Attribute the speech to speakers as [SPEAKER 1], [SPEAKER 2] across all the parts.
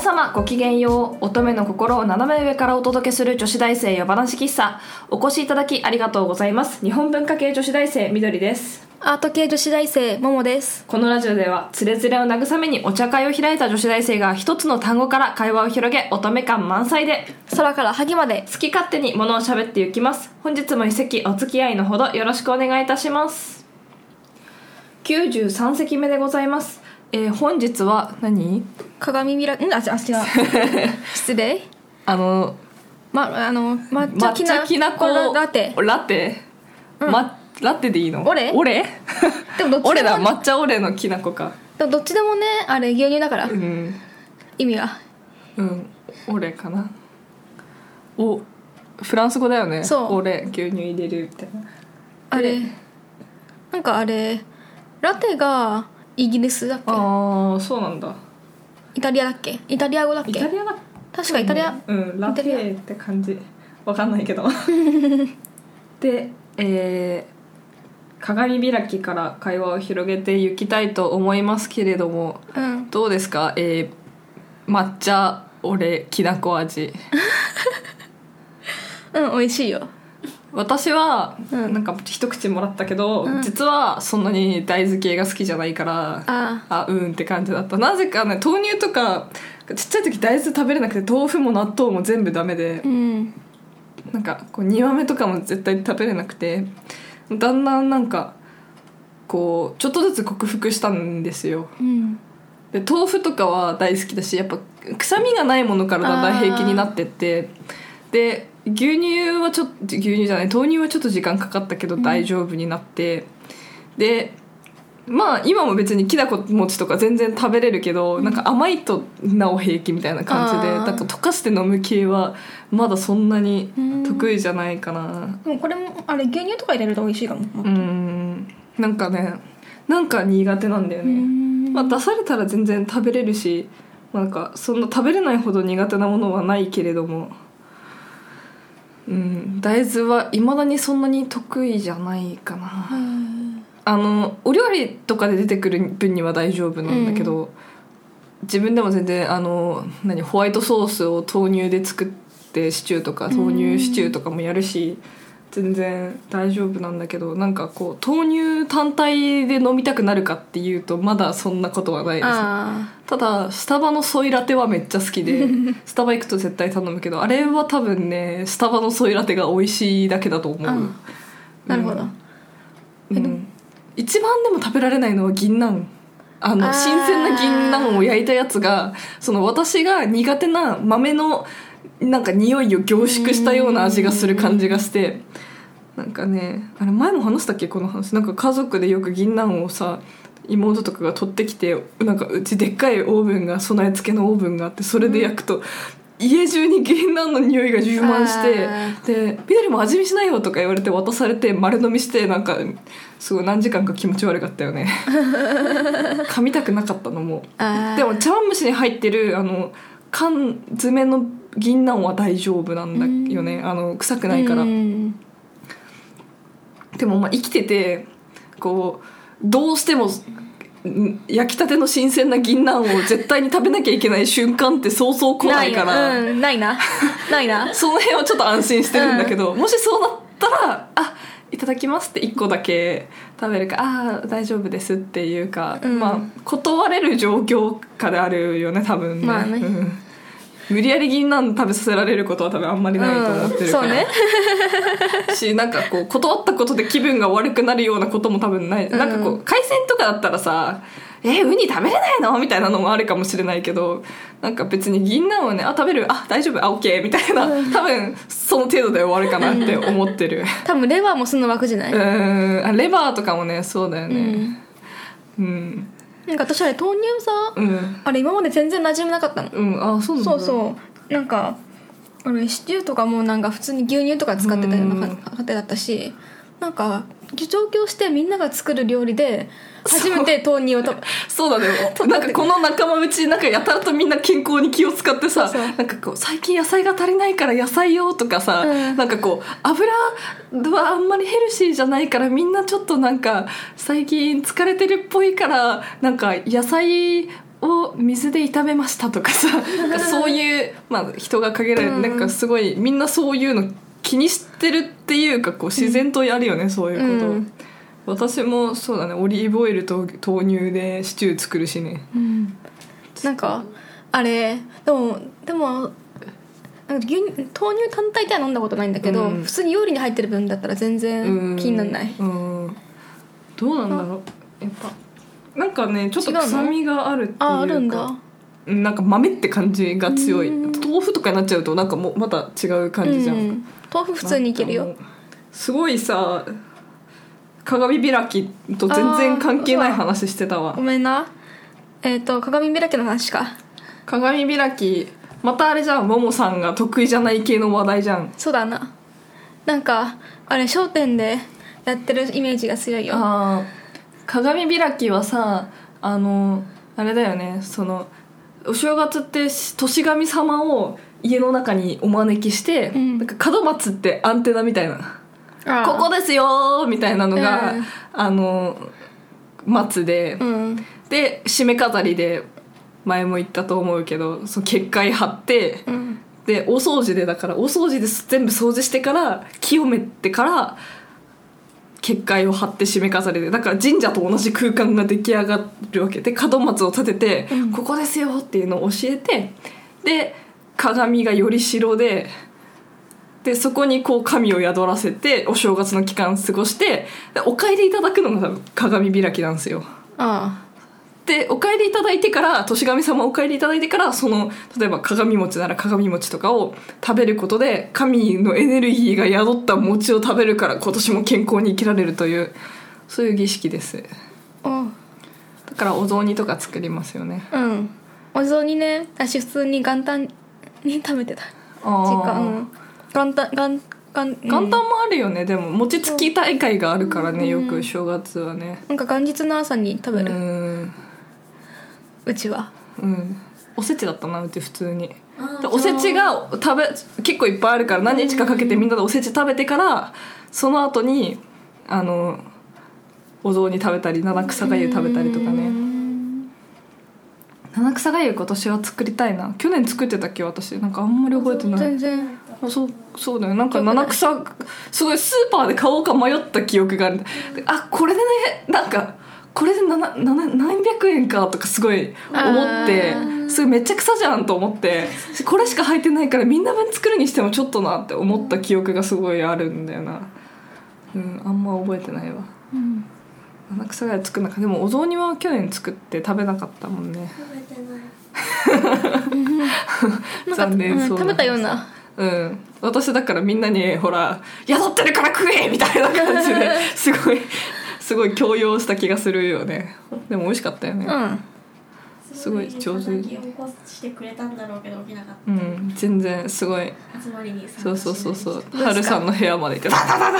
[SPEAKER 1] 様ごきげんよう乙女の心を斜め上からお届けする女子大生夜話喫茶お越しいただきありがとうございます日本文化系女子大生みどりです
[SPEAKER 2] アート系女子大生ももです
[SPEAKER 1] このラジオではつれづれを慰めにお茶会を開いた女子大生が一つの単語から会話を広げ乙女感満載で
[SPEAKER 2] 空から萩まで
[SPEAKER 1] 好き勝手にものを喋っていきます本日も一席お付き合いのほどよろしくお願いいたします93席目でございますえー本日は何
[SPEAKER 2] 鏡開んあじゃあ違う 失礼
[SPEAKER 1] あの
[SPEAKER 2] まあの抹茶
[SPEAKER 1] 抹
[SPEAKER 2] き
[SPEAKER 1] 茶
[SPEAKER 2] な
[SPEAKER 1] きなこ
[SPEAKER 2] ラテ
[SPEAKER 1] ラテ、ま、ラテでいいの
[SPEAKER 2] オレ
[SPEAKER 1] 俺
[SPEAKER 2] でもどっちでも
[SPEAKER 1] 俺だ抹茶オレのきなこか
[SPEAKER 2] でもどっちでもねあれ牛乳だから、
[SPEAKER 1] うん
[SPEAKER 2] 意味は
[SPEAKER 1] うんオレかなおフランス語だよね
[SPEAKER 2] そう
[SPEAKER 1] オレ牛乳入れるみたいな
[SPEAKER 2] あれなんかあれラテがイギリスだっけ
[SPEAKER 1] ああそうなんだ
[SPEAKER 2] イタリアだっけイタリア語だっ
[SPEAKER 1] イ
[SPEAKER 2] け
[SPEAKER 1] タリアだ
[SPEAKER 2] 確かイタリア、
[SPEAKER 1] うんラテ
[SPEAKER 2] イタリ
[SPEAKER 1] って感じわかんないけ どでえー鏡開きから会話を広げていきたいと思いますけれども
[SPEAKER 2] うん
[SPEAKER 1] どうですか、えー、抹茶俺きなこ味
[SPEAKER 2] うん美味しいよ
[SPEAKER 1] 私は、
[SPEAKER 2] うん
[SPEAKER 1] なんか一口もらったけど、
[SPEAKER 2] うん
[SPEAKER 1] 実はそんなに大豆系が好きじゃないから
[SPEAKER 2] あ
[SPEAKER 1] あうんって感じだったなぜかね豆乳とかちっちゃい時大豆食べれなくて豆腐も納豆も全部ダメで
[SPEAKER 2] ーうん
[SPEAKER 1] なんかこう煮豆とかも絶対食べれなくてだんだんなんかこうちょっとずつ克服したんですよ
[SPEAKER 2] うん
[SPEAKER 1] で豆腐とかは大好きだしやっぱ臭みがないものからだんだん平気になってってで牛乳はちょっと牛乳じゃない豆乳はちょっと時間かかったけど大丈夫になって、でまあ今も別にきなこ餅とか全然食べれるけど、なんか甘いとなお平気みたいな感じで
[SPEAKER 2] あー
[SPEAKER 1] なんか溶かして飲む系はまだそんなに得意じゃないかな
[SPEAKER 2] でもこれもあれ牛乳とか入れると美味しいかも、
[SPEAKER 1] うんなんかねなんか苦手なんだよね、
[SPEAKER 2] うん
[SPEAKER 1] まあ、出されたら全然食べれるしなんかそんな食べれないほど苦手なものはないけれども、うん、大豆はいまだにそんなに得意じゃないかな
[SPEAKER 2] うん
[SPEAKER 1] あのお料理とかで出てくる分には大丈夫なんだけど、自分でも全然あの何ホワイトソースを豆乳で作ってシチューとか豆乳シチューとかもやるし、全然大丈夫なんだけどなんかこう豆乳単体で飲みたくなるかっていうとまだそんなことはないですね
[SPEAKER 2] あ
[SPEAKER 1] ただスタバのソイラテはめっちゃ好き でスタバ行くと絶対頼むけどあれは多分ねスタバのソイラテが美味しいだけだと思う、
[SPEAKER 2] あなるほど、
[SPEAKER 1] うんうん一番でも食べられないのは銀杏あの
[SPEAKER 2] あー
[SPEAKER 1] 新鮮な銀杏を焼いたやつがその私が苦手な豆のなんか匂いを凝縮したような味がする感じがしてなんかねあれ前も話したっけこの話なんか家族でよく銀杏をさ妹とかが取ってきてなんかうちでっかいオーブンが備え付けのオーブンがあってそれで焼くと、家中に銀杏の匂いが充満して
[SPEAKER 2] あー
[SPEAKER 1] で「緑も味見しないよ」とか言われて渡されて丸飲みしてなんかすごい何時間か気持ち悪かったよね噛みたくなかったのも
[SPEAKER 2] あー
[SPEAKER 1] でも茶碗蒸しに入ってるあの缶詰の銀杏は大丈夫なんだよねあの臭くないから
[SPEAKER 2] うん
[SPEAKER 1] でもまあ生きててこうどうしてもん焼きたての新鮮な銀杏を絶対に食べなきゃいけない瞬間ってそうそう来ないから
[SPEAKER 2] ない,、うん、な いなないな
[SPEAKER 1] その辺はちょっと安心してるんだけど、もしそうなったら「あいただきます」って1個だけ食べるか「あー大丈夫です」っていうか、
[SPEAKER 2] うん
[SPEAKER 1] まあ断れる状況下であるよね多分
[SPEAKER 2] まあね
[SPEAKER 1] うん無理やり銀杏食べさせられることは多分あんまりないと思ってるから、
[SPEAKER 2] うんそうね
[SPEAKER 1] しなんかこう断ったことで気分が悪くなるようなことも多分ない、なんかこ
[SPEAKER 2] う
[SPEAKER 1] う海鮮とかだったらさ「えウニ食べれないの?」みたいなのもあるかもしれないけどなんか別に銀杏はね「あ食べるあ大丈夫あオッケー」みたいな多分その程度で終わるかなって思って る、
[SPEAKER 2] 多分レバーもその枠じゃないう
[SPEAKER 1] ーんあレバーとかもねそうだよ
[SPEAKER 2] う
[SPEAKER 1] ね
[SPEAKER 2] ん
[SPEAKER 1] うん
[SPEAKER 2] なんか私あれ豆乳さ、
[SPEAKER 1] うん
[SPEAKER 2] あれ今まで全然馴染みなかったの、
[SPEAKER 1] うんあそうなんだ
[SPEAKER 2] そうそうなんかあれシチューとかもなんか普通に牛乳とか使ってたような
[SPEAKER 1] うん
[SPEAKER 2] 家庭だったしなんか上京してみんなが作る料理で初めて豆乳を食べ
[SPEAKER 1] そうだねなんかこの仲間うちなんかやたらとみんな健康に気を使ってさ
[SPEAKER 2] そうそう
[SPEAKER 1] なんかこう最近野菜が足りないから野菜用とかさ、
[SPEAKER 2] うん
[SPEAKER 1] なんかこう油はあんまりヘルシーじゃないからみんなちょっとなんか最近疲れてるっぽいからなんか野菜を水で炒めましたとか さなんかそういう、まあ、人が限られて、
[SPEAKER 2] うん
[SPEAKER 1] なんかすごいみんなそういうの気にしてるっていうかこう自然とやるよね、そういうこと、
[SPEAKER 2] うん
[SPEAKER 1] 私もそうだねオリーブオイルと豆乳でシチュー作るしね
[SPEAKER 2] うんなんかあれでもでもなんか牛乳豆乳単体では飲んだことないんだけど、
[SPEAKER 1] うん
[SPEAKER 2] 普通に料理に入ってる分だったら全然気にならない、
[SPEAKER 1] うんどうなんだろうやっぱなんかねちょっと
[SPEAKER 2] 違うの
[SPEAKER 1] 臭みがあるっていうか
[SPEAKER 2] ああるんだ
[SPEAKER 1] うんなんか豆って感じが強い
[SPEAKER 2] うん
[SPEAKER 1] 豆腐とかになっちゃうとなんかもうまた違う感じじゃん、
[SPEAKER 2] うん豆腐普通にいける
[SPEAKER 1] なん
[SPEAKER 2] よ
[SPEAKER 1] かもうすごいさ鏡開きと全然関係ない話してたわ
[SPEAKER 2] ごめんなえっ、と鏡開きの話か
[SPEAKER 1] 鏡開きまたあれじゃんももさんが得意じゃない系の話題じゃん
[SPEAKER 2] そうだななんかあれ商店でやってるイメージが強いよ
[SPEAKER 1] あー鏡開きはさあのあれだよねそのお正月ってし年神様を家の中にお招きして、
[SPEAKER 2] うん
[SPEAKER 1] なんか門松ってアンテナみたいな「ここ
[SPEAKER 2] で
[SPEAKER 1] ですよー」みたいなのが、
[SPEAKER 2] うん
[SPEAKER 1] あの松で、
[SPEAKER 2] うん
[SPEAKER 1] で締め飾りで前も言ったと思うけどその結界張って
[SPEAKER 2] うん
[SPEAKER 1] でお掃除でだからお掃除です全部掃除してから清めてから結界を張って締め飾りでだから神社と同じ空間が出来上がるわけで門松を立てて、
[SPEAKER 2] うん
[SPEAKER 1] ここですよっていうのを教えてで鏡がより白で。でそこにこう神を宿らせてお正月の期間過ごしてでお帰りいただくのが多分鏡開きなんですよ。
[SPEAKER 2] あ
[SPEAKER 1] でお帰りいただいてから年神様お帰りいただいてからその例えば鏡餅なら鏡餅とかを食べることで神のエネルギーが宿った餅を食べるから今年も健康に生きられるというそういう儀式です
[SPEAKER 2] あおう
[SPEAKER 1] だからお雑煮とか作りますよね
[SPEAKER 2] うんお雑煮ね私普通に元旦に食べてた実家うん元旦元旦元
[SPEAKER 1] 元旦
[SPEAKER 2] うん
[SPEAKER 1] もあるよねでも餅つき大会があるからねよ
[SPEAKER 2] う
[SPEAKER 1] く
[SPEAKER 2] ん
[SPEAKER 1] 正月はね
[SPEAKER 2] なんか元日の朝に食
[SPEAKER 1] う
[SPEAKER 2] べる、うんちは
[SPEAKER 1] うんおせちだったなうち普通に
[SPEAKER 2] あ
[SPEAKER 1] でおせちが食べ結構いっぱいあるから何日かかけてみんなでおせち食べてからその後にあのお雑煮食べたり七草がゆ食べたりとかね七草がゆ今年は作りたいな去年作ってたっけ私なんかあんまり覚えてない
[SPEAKER 2] 全然
[SPEAKER 1] あそうそうだよなんか七草すごいスーパーで買おうか迷った記憶があるであこれでねなんかこれでななな何百円かとかすごい思って
[SPEAKER 2] あー
[SPEAKER 1] すごいめっちゃ草じゃんと思ってこれしか入ってないからみんな分作るにしてもちょっとなって思った記憶がすごいあるんだよなうんあんま覚えてないわ
[SPEAKER 2] うん
[SPEAKER 1] 七草がゆ作んなかでもお雑煮は去年作って食べなかったもんね
[SPEAKER 3] 食べてない
[SPEAKER 2] なんか
[SPEAKER 1] 残念
[SPEAKER 2] ん
[SPEAKER 1] そうな
[SPEAKER 2] 食べたような
[SPEAKER 1] うん、私だからみんなにほら「宿ってるから食え!」みたいな感じですごいすごい強要した気がするよねでも美味しかったよね
[SPEAKER 2] うん
[SPEAKER 1] すごい上手
[SPEAKER 3] に起こしてくれたんだろうけど起きなかっ
[SPEAKER 1] うん、全然すごい
[SPEAKER 3] た集まりに参加し
[SPEAKER 1] そうそうそうそう
[SPEAKER 2] うですか
[SPEAKER 1] 春さんの部屋まで行って「ダダダダダ」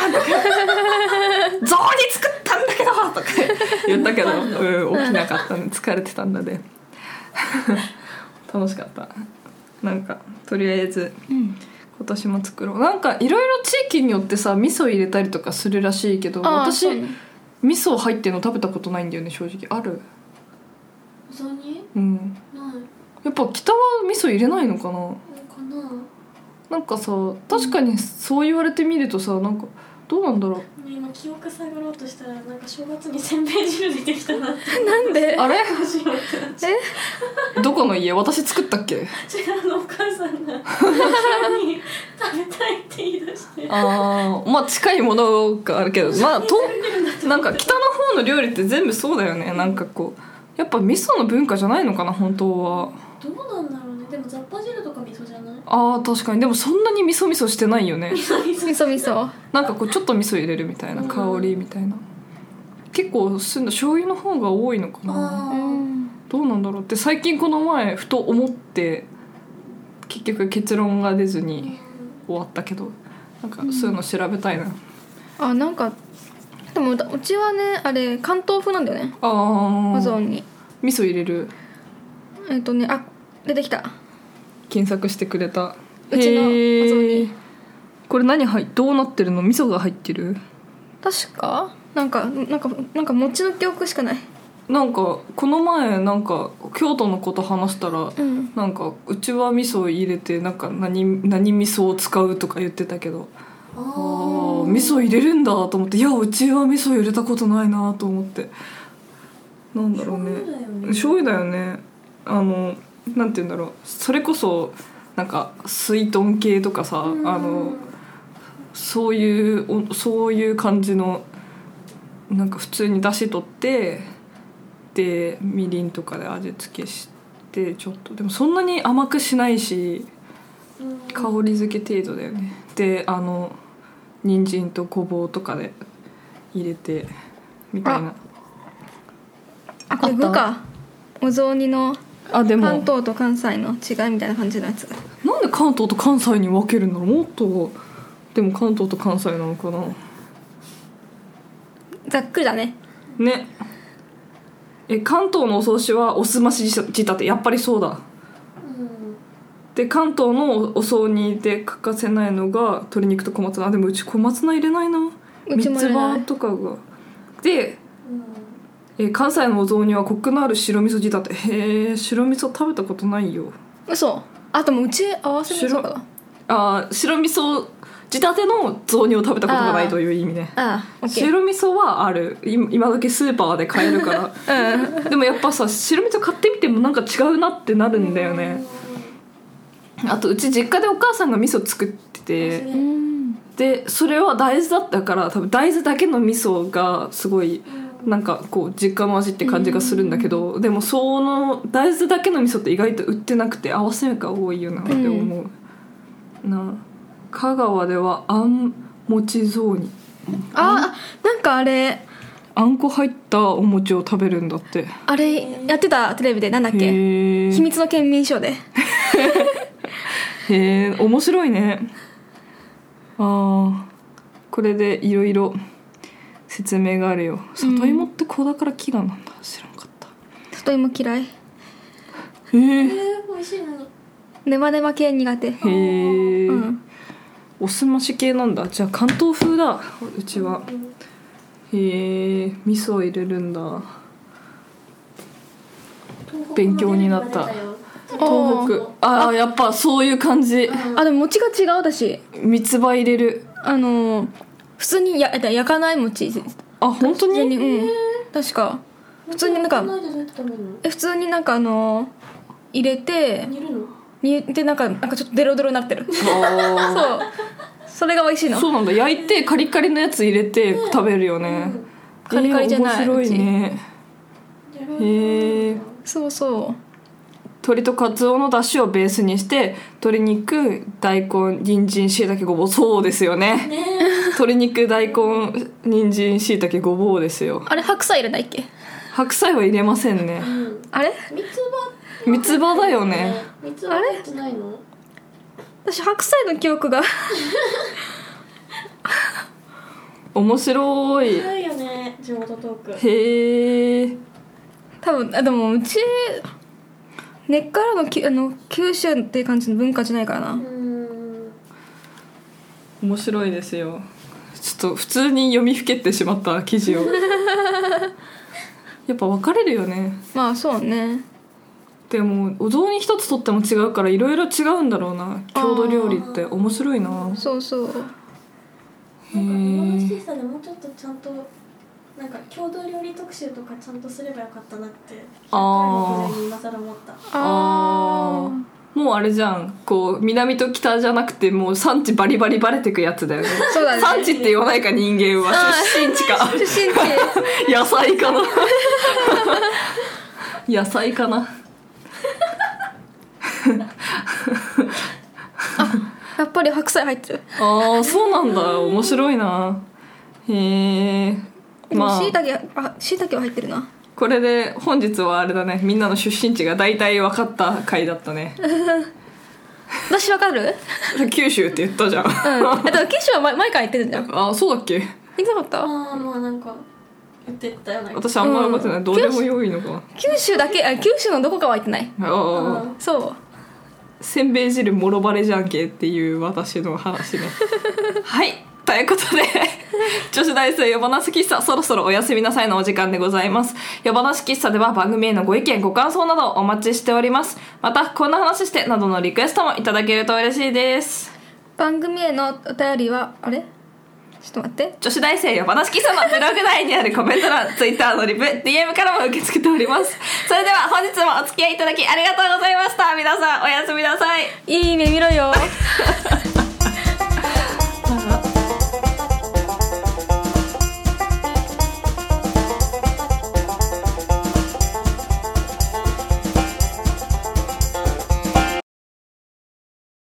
[SPEAKER 1] 「ゾウに作ったんだけど!」とか言ったけど、うん、起きなかったんで疲れてたんだで楽しかったなんかとりあえず
[SPEAKER 2] うん
[SPEAKER 1] 今年も作ろうなんかいろいろ地域によってさ味噌入れたりとかするらしいけど
[SPEAKER 2] あー
[SPEAKER 1] 私
[SPEAKER 2] そう ね
[SPEAKER 1] 味噌入ってるの食べたことないんだよね正直ある
[SPEAKER 3] お雑煮
[SPEAKER 1] うん
[SPEAKER 3] ないの
[SPEAKER 1] やっぱ北は味噌入れないのかな
[SPEAKER 3] かな
[SPEAKER 1] なんかさ確かにそう言われてみるとさなんかどうなんだろう
[SPEAKER 3] でも今記憶探ろうとしたらなんか正月にせんべい汁出てきたなって
[SPEAKER 2] なんで
[SPEAKER 1] あれ
[SPEAKER 3] どうしようってなっちゃう
[SPEAKER 1] どこの家私作ったっけ
[SPEAKER 3] 違うのお母さんが 急に食べたいって言い出して
[SPEAKER 1] ああまあ近いものがあるけどまあとなんか北の方の料理って全部そうだよねなんかこうやっぱ味噌の文化じゃないのかな本当は
[SPEAKER 3] どうなんだろうねでも雑把汁とか味噌じゃない
[SPEAKER 1] あー確かにでもそんなに味噌味噌してないよね
[SPEAKER 2] 味噌味噌
[SPEAKER 1] なんかこうちょっと味噌入れるみたいな
[SPEAKER 3] うん
[SPEAKER 1] 香りみたいな結構すんだ醤油の方が多いのかな
[SPEAKER 3] あ
[SPEAKER 2] うん
[SPEAKER 1] どうなんだろうって最近この前ふと思って結局結論が出ずに終わったけどなんかそういうの調べたいな、
[SPEAKER 2] あなんかでもうちはねあれ関東風なんだよね
[SPEAKER 1] あ
[SPEAKER 2] お雑
[SPEAKER 1] あ
[SPEAKER 2] 煮
[SPEAKER 1] 味噌入れる
[SPEAKER 2] えっとねあ出てきた
[SPEAKER 1] 検索してくれた
[SPEAKER 2] うちの
[SPEAKER 1] へー
[SPEAKER 2] お雑煮
[SPEAKER 1] これ何入っどうなってるの味噌が入ってる
[SPEAKER 2] 確かなんかなんかなんか餅の記憶しかない
[SPEAKER 1] なんかこの前なんか京都のこと話したら
[SPEAKER 2] うん
[SPEAKER 1] なんかうちは味噌入れてなんか何何味噌を使うとか言ってたけどあ
[SPEAKER 3] あ
[SPEAKER 1] あ味噌入れるんだと思っていやうちは味噌入れたことないなと思ってなんだろうね醤油だよねあのなんて言うんだろうそれこそなんか水豚系とかさあのそういうおそういう感じのなんか普通に出汁取ってでみりんとかで味付けしてちょっとでもそんなに甘くしないし香り付け程度だよねであの人参とごぼうとかで入れてみたいな
[SPEAKER 2] あこれ具かお雑煮の
[SPEAKER 1] あでも
[SPEAKER 2] 関東と関西の違いみたいな感じのやつ
[SPEAKER 1] なんで関東と関西に分けるんだろうもっとでも関東と関西なのかな
[SPEAKER 2] ざっくりだね
[SPEAKER 1] ねえ関東のお葬式はおすまし仕立てやっぱりそうだで関東のお葬にで欠かせないのが鶏肉と小松菜あでもうち小松菜入れないな
[SPEAKER 2] うちも入れない
[SPEAKER 1] 三つ葉とかがでえ関西のお雑煮はコクのある白味噌仕立てへえ白味噌食べたことないよ
[SPEAKER 2] 嘘あともううち合わせるとかだ
[SPEAKER 1] あー白味噌仕立ての雑煮を食べたことがないという意味ね
[SPEAKER 2] ああオッケー
[SPEAKER 1] 白味噌はあるい今時スーパーで買えるから
[SPEAKER 2] うん
[SPEAKER 1] でもやっぱさ白味噌買ってみてもなんか違うなってなるんだよねあとうち実家でお母さんが味噌作ってて
[SPEAKER 2] うん
[SPEAKER 1] でそれは大豆だったから多分大豆だけの味噌がすごいなんかこう実家の味って感じがするんだけどでもその大豆だけの味噌って意外と売ってなくて合わせ目が多いよなって思う、な香川ではあん餅雑煮
[SPEAKER 2] あなんかあれ
[SPEAKER 1] あんこ入ったお餅を食べるんだって
[SPEAKER 2] あれやってたテレビでなんだっ
[SPEAKER 1] へ
[SPEAKER 2] け
[SPEAKER 1] え
[SPEAKER 2] 秘密の県民賞で
[SPEAKER 1] へえ面白いねああこれでいろいろ説明があるよ里芋って子だから飢餓なんだ知らんかった
[SPEAKER 2] 里芋嫌い
[SPEAKER 1] へえ
[SPEAKER 3] 美味しいのに
[SPEAKER 2] ネバネバ系苦手
[SPEAKER 1] へえ、
[SPEAKER 2] うん
[SPEAKER 1] おすまし系なんだじゃあ関東風だうちはへえ味噌入れるんだ勉強になった
[SPEAKER 2] お
[SPEAKER 1] 東
[SPEAKER 2] ー
[SPEAKER 1] 北ああやっぱそういう感じ
[SPEAKER 2] あでも餅が違うだし
[SPEAKER 1] 三つ葉入れる
[SPEAKER 2] あのー普通にやえっと焼かない餅普
[SPEAKER 1] あ本当
[SPEAKER 2] 通
[SPEAKER 1] に
[SPEAKER 2] にうん確か普通になんかえ普通になんかあのー入れて
[SPEAKER 3] 煮るの
[SPEAKER 2] 煮てなんかなんかちょっとデロデロになってる
[SPEAKER 1] あー
[SPEAKER 2] そうそれが美味しいの
[SPEAKER 1] そうなんだ焼いてカリカリのやつ入れて食べるよね、
[SPEAKER 2] カリカリじゃない
[SPEAKER 1] えー面白いねへえ
[SPEAKER 2] そうそう
[SPEAKER 1] 鶏とカツオの出汁をベースにして鶏肉大根人参しいたけごぼうそうですよ ね
[SPEAKER 3] ね
[SPEAKER 1] 鶏肉大根人参しいたけごぼうですよ
[SPEAKER 2] あれ白菜入れないっけ
[SPEAKER 1] 白菜は入れませんね
[SPEAKER 3] うん
[SPEAKER 2] あれ
[SPEAKER 3] 三つ葉
[SPEAKER 1] 三つ葉だよね
[SPEAKER 3] 三つ葉入ってないの
[SPEAKER 2] 私白菜の記憶が
[SPEAKER 1] 面白い
[SPEAKER 3] ないよね地元トーク
[SPEAKER 1] へえ
[SPEAKER 2] 多分あでもうち根っからのきあの九州って感じの文化じゃないからな
[SPEAKER 3] うん
[SPEAKER 1] 面白いですよちょっと普通に読みふけってしまった記 事をやっぱ分かれるよね
[SPEAKER 2] まあそうね
[SPEAKER 1] でもお雑煮一つとっても違うからいろいろ違うんだろうな郷土料理って面白いな
[SPEAKER 2] そうそう
[SPEAKER 3] なんかしさでもうちょっとちゃんとなんか郷土料理特集とかちゃんとすればよかったなって
[SPEAKER 1] あー
[SPEAKER 3] 100回の時に今更思った
[SPEAKER 1] あ
[SPEAKER 2] ー
[SPEAKER 1] ーもうあれじゃんこう南と北じゃなくてもう産地バリバリバレてくやつだよ ね
[SPEAKER 2] そうだね
[SPEAKER 1] 産地って言わないか人間は
[SPEAKER 2] あ
[SPEAKER 1] 出身地 か
[SPEAKER 2] 出身地
[SPEAKER 1] 野菜かな野菜かな
[SPEAKER 2] やっぱり白菜入ってる
[SPEAKER 1] ああそうなんだ面白いなへえ
[SPEAKER 2] でもしいたけあしいたけは入ってるな
[SPEAKER 1] これで本日はあれだねみんなの出身地が大体分かった回だったね
[SPEAKER 2] 私わかる
[SPEAKER 1] 九州って言ったじゃん
[SPEAKER 2] うんえっと九州は前前から行ってるんじゃん行
[SPEAKER 1] あそうだっけ
[SPEAKER 2] ってなかっ
[SPEAKER 3] ああまあなんか言ってたような
[SPEAKER 1] 私あんま分かってない、
[SPEAKER 2] うん
[SPEAKER 1] どうでもよいのか
[SPEAKER 2] た九州だけあ九州のどこかは行ってない
[SPEAKER 1] なああ
[SPEAKER 2] そう
[SPEAKER 1] せんべい汁もろバレじゃんけっていう私の話ね はいということ で女子大生夜話喫茶そろそろおやすみなさいのお時間でございます夜話喫茶では番組へのご意見ご感想などお待ちしておりますまたこんな話してなどのリクエストもいただけると嬉しいです
[SPEAKER 2] 番組へのお便りはあれちょっと待って
[SPEAKER 1] 女子大生夜話喫茶のブログ内にあるコメント欄 Twitter のリプ DM からも受け付けておりますそれでは本日もお付き合いいただきありがとうございました皆さんおやすみなさい
[SPEAKER 2] いい目見ろよ